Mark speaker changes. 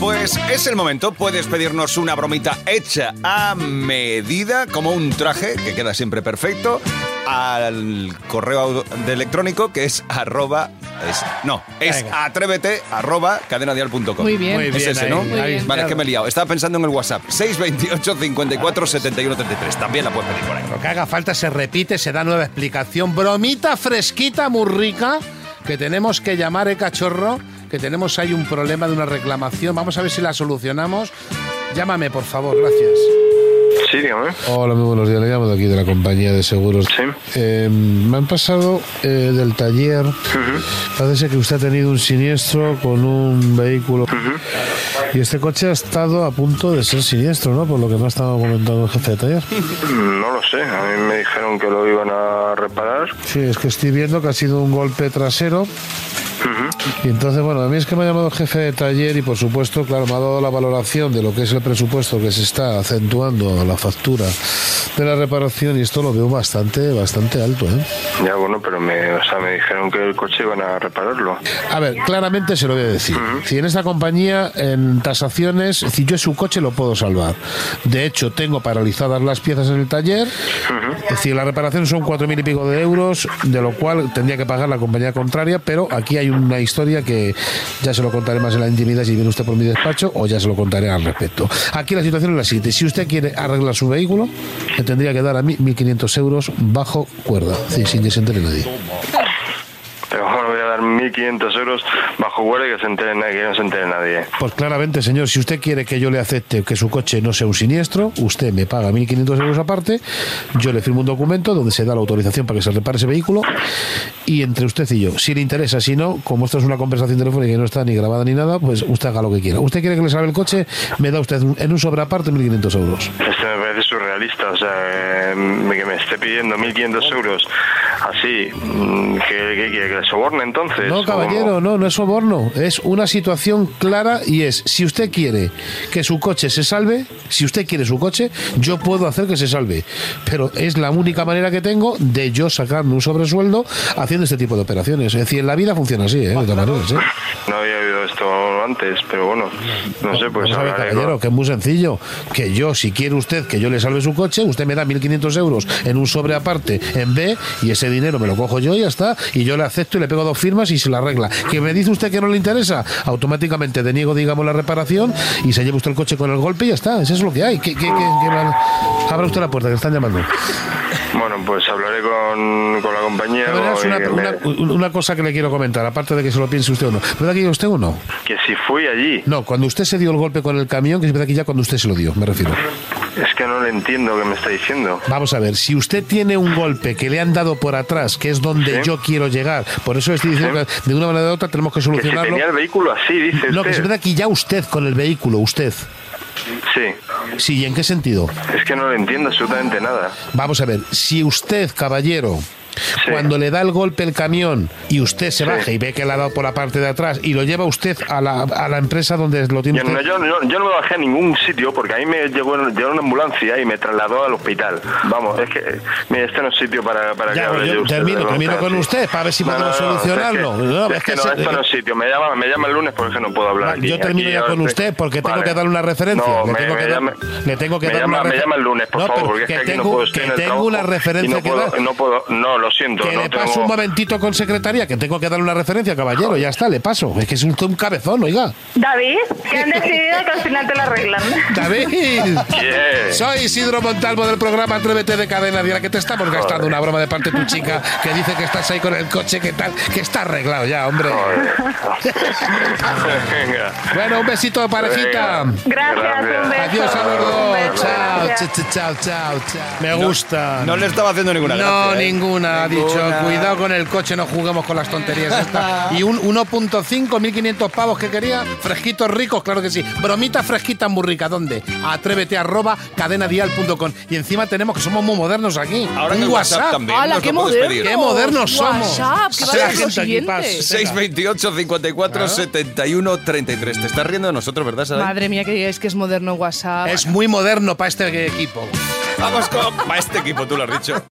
Speaker 1: Pues es el momento. Puedes pedirnos una bromita hecha a medida, como un traje que queda siempre perfecto, al correo de electrónico que es arroba. es- no, es
Speaker 2: Venga.
Speaker 1: atrévete arroba cadenadial.com.
Speaker 3: Muy bien.
Speaker 2: Muy bien.
Speaker 1: Es ese,
Speaker 2: ahí,
Speaker 1: ¿no?
Speaker 2: Muy bien.
Speaker 1: Vale, es que me he liado. Estaba pensando en el WhatsApp. 628 54 71 33. También la puedes pedir por ahí.
Speaker 2: Lo que haga falta se repite, se da nueva explicación. Bromita fresquita, muy rica, que tenemos que llamar, ¿eh, cachorro? Que tenemos ahí un problema de una reclamación. Vamos a ver si la solucionamos. Llámame, por favor, gracias.
Speaker 4: Sí, dígame.
Speaker 5: Hola, muy buenos días. Le llamo de aquí de la compañía de seguros.
Speaker 4: Sí.
Speaker 5: Eh, me han pasado eh, del taller. Parece que usted ha tenido un siniestro con un vehículo. Y este coche ha estado a punto de ser siniestro, ¿no? Por lo que me ha estado comentando el jefe de taller.
Speaker 4: No lo sé. A mí me dijeron que lo iban a reparar.
Speaker 5: Sí, es que estoy viendo que ha sido un golpe trasero. Y entonces, bueno, a mí es que me ha llamado el jefe de taller y, por supuesto, claro, me ha dado la valoración de lo que es el presupuesto que se está acentuando a la factura de la reparación y esto lo veo bastante, bastante alto, ¿eh?
Speaker 4: Ya, bueno, pero me, o sea, me dijeron que el coche iban a repararlo.
Speaker 5: A ver, claramente se lo voy a decir. Si en esta compañía, en tasaciones, si yo su coche lo puedo salvar. De hecho, tengo paralizadas las piezas en el taller. Es decir, la reparación son cuatro mil y pico de euros, de lo cual tendría que pagar la compañía contraria, pero aquí hay una historia que ya se lo contaré más en la intimidad si viene usted por mi despacho o ya se lo contaré al respecto. Aquí la situación es la siguiente. Si usted quiere arreglar su vehículo, le tendría que dar a mí 1.500 euros bajo cuerda, es decir, sin que se entere nadie.
Speaker 4: Pero bueno, voy a dar 1.500 euros bajo guardia y que, se entere nadie, que no se entere nadie.
Speaker 5: Pues claramente, señor, si usted quiere que yo le acepte que su coche no sea un siniestro, usted me paga 1.500 euros aparte, yo le firmo un documento donde se da la autorización para que se repare ese vehículo y entre usted y yo, si le interesa, si no, como esto es una conversación telefónica y no está ni grabada ni nada, pues usted haga lo que quiera. Usted quiere que le salve el coche, me da usted un- en un sobre aparte 1.500 euros.
Speaker 4: Esto me parece surrealista, o sea, eh, que me esté pidiendo 1.500 euros así, mm, que, que, que- que le soborne entonces.
Speaker 5: No,
Speaker 4: ¿o
Speaker 5: caballero,
Speaker 4: cómo?
Speaker 5: no, no es soborno. Es una situación clara y es, si usted quiere que su coche se salve, si usted quiere su coche, yo puedo hacer que se salve. Pero es la única manera que tengo de yo sacarme un sobresueldo haciendo este tipo de operaciones. Es decir, en la vida funciona así, ¿eh? de todas maneras. ¿eh?
Speaker 4: No había oído esto antes, pero bueno, no sé, pues
Speaker 5: Vamos a ver,
Speaker 4: hablaré
Speaker 5: caballero,
Speaker 4: con-
Speaker 5: que es muy sencillo. Que yo, si quiere usted que yo le salve su coche, usted me da 1.500 euros en un sobre aparte en B y ese dinero me lo cojo yo y ya está. Y yo le acepto y le pego dos firmas y se la arregla. Que me dice usted que no le interesa, automáticamente deniego, digamos, la reparación y se lleva usted el coche con el golpe y ya está. Eso es lo que hay. ¿Qué, qué- qué- qué mal- Abra usted la puerta, que le están llamando.
Speaker 4: Bueno, pues hablaré con, con la compañía.
Speaker 5: De verdad,
Speaker 4: o-
Speaker 5: es
Speaker 4: y
Speaker 5: una,
Speaker 4: que, me-
Speaker 5: una- una cosa que le quiero comentar, aparte de que se lo piense usted o no. ¿Verdad que yo usted o no?
Speaker 4: que si fui allí,
Speaker 5: No, cuando usted se dio el golpe con el camión, que es verdad que ya cuando usted se lo dio, me refiero.
Speaker 4: es que no le entiendo que me está diciendo.
Speaker 5: Vamos a ver, si usted tiene un golpe que le han dado por atrás, que es donde
Speaker 4: Sí.
Speaker 5: yo quiero llegar, por eso estoy diciendo que de una manera u otra tenemos que
Speaker 4: Que si
Speaker 5: solucionarlo.
Speaker 4: tenía el vehículo así, dice
Speaker 5: No, que es
Speaker 4: usted.
Speaker 5: verdad que ya usted con el vehículo, usted.
Speaker 4: sí,
Speaker 5: Sí, ¿y en qué sentido?
Speaker 4: es que no le entiendo absolutamente nada.
Speaker 5: Vamos a ver, si usted, caballero, cuando le da el golpe el camión y usted se baja y ve que le ha dado por la parte de atrás y lo lleva usted a la, a la empresa donde lo tiene
Speaker 4: Yo no,
Speaker 5: usted.
Speaker 4: yo, yo- yo no me bajé a ningún sitio porque ahí me llegó, llegó una ambulancia y me trasladó al hospital. Vamos, es que eh, mira, este no es sitio para, para que
Speaker 5: Ya,
Speaker 4: hable
Speaker 5: pues yo
Speaker 4: yo usted
Speaker 5: termino-
Speaker 4: de
Speaker 5: termino
Speaker 4: broncas,
Speaker 5: con
Speaker 4: sí.
Speaker 5: usted para ver si
Speaker 4: No,
Speaker 5: podemos
Speaker 4: no, no,
Speaker 5: solucionarlo.
Speaker 4: Es que,
Speaker 5: No,
Speaker 4: es
Speaker 5: es
Speaker 4: que
Speaker 5: que
Speaker 4: no,
Speaker 5: se- eh,
Speaker 4: esto no es sitio. Me llama, me llama el lunes porque no puedo hablar. aquí. eh,
Speaker 5: yo termino
Speaker 4: Aquí
Speaker 5: ya con
Speaker 4: estoy-
Speaker 5: usted porque tengo
Speaker 4: Vale.
Speaker 5: que dar una referencia.
Speaker 4: No,
Speaker 5: le
Speaker 4: me-
Speaker 5: tengo
Speaker 4: me
Speaker 5: que dar,
Speaker 4: llama-
Speaker 5: le tengo que
Speaker 4: me
Speaker 5: dar
Speaker 4: llama,
Speaker 5: una
Speaker 4: me
Speaker 5: refer-
Speaker 4: llama el lunes, por
Speaker 5: No,
Speaker 4: favor,
Speaker 5: pero
Speaker 4: porque es que,
Speaker 5: que
Speaker 4: aquí
Speaker 5: tengo,
Speaker 4: no puedo estar
Speaker 5: que
Speaker 4: en el
Speaker 5: tengo
Speaker 4: trabajo
Speaker 5: una
Speaker 4: y
Speaker 5: referencia
Speaker 4: no puedo,
Speaker 5: que dar.
Speaker 4: No puedo, no, lo siento.
Speaker 5: Que
Speaker 4: no
Speaker 5: le
Speaker 4: tengo-
Speaker 5: paso un momentito con secretaría, que tengo que dar una referencia, caballero. Ya está, le paso. Es que es un, un cabezón, oiga.
Speaker 6: David, que han decidido que al final te lo arreglan.
Speaker 5: David.
Speaker 4: Yeah.
Speaker 5: Soy Isidro Montalvo del programa Atrévete de Cadena Dial, que te estamos gastando una broma de parte de tu chica que dice que estás ahí con el coche, que tal, que está arreglado ya, hombre.
Speaker 4: Venga.
Speaker 5: Bueno, un besito, parejita.
Speaker 4: Venga.
Speaker 6: Gracias, un beso.
Speaker 5: Adiós a
Speaker 6: Un
Speaker 5: los dos.
Speaker 6: beso,
Speaker 5: Chao,
Speaker 6: gracias.
Speaker 5: ch- ch- chao, chao, chao. Me gusta.
Speaker 1: No le estaba haciendo ninguna
Speaker 5: No,
Speaker 1: gracia, ¿eh?
Speaker 5: ninguna. Ha dicho,
Speaker 1: Ninguna.
Speaker 5: cuidado con el coche, no juguemos con las tonterías. estas. Y un 1.5, 1.500 pavos que quería. Fresquitos ricos, claro que sí. Bromita fresquita muy rica. ¿Dónde? Atrévete arroba cadenadial.com. Y encima tenemos que somos muy modernos aquí.
Speaker 1: Ahora en
Speaker 5: un
Speaker 1: el WhatsApp, también
Speaker 3: ¡Hala,
Speaker 1: nos
Speaker 3: qué
Speaker 1: lo puedes
Speaker 3: moderno!
Speaker 1: pedir.
Speaker 5: Qué modernos somos.
Speaker 3: WhatsApp, que va
Speaker 1: Sí,
Speaker 3: a ser lo
Speaker 5: gente aquí
Speaker 3: siguiente.
Speaker 5: pasa.
Speaker 1: 628 54 71 33. Te estás riendo de nosotros, ¿verdad, Saray?
Speaker 3: Madre mía, que digáis que es moderno WhatsApp.
Speaker 5: Es muy moderno para este equipo.
Speaker 1: Vamos con. Va este equipo, tú lo has dicho.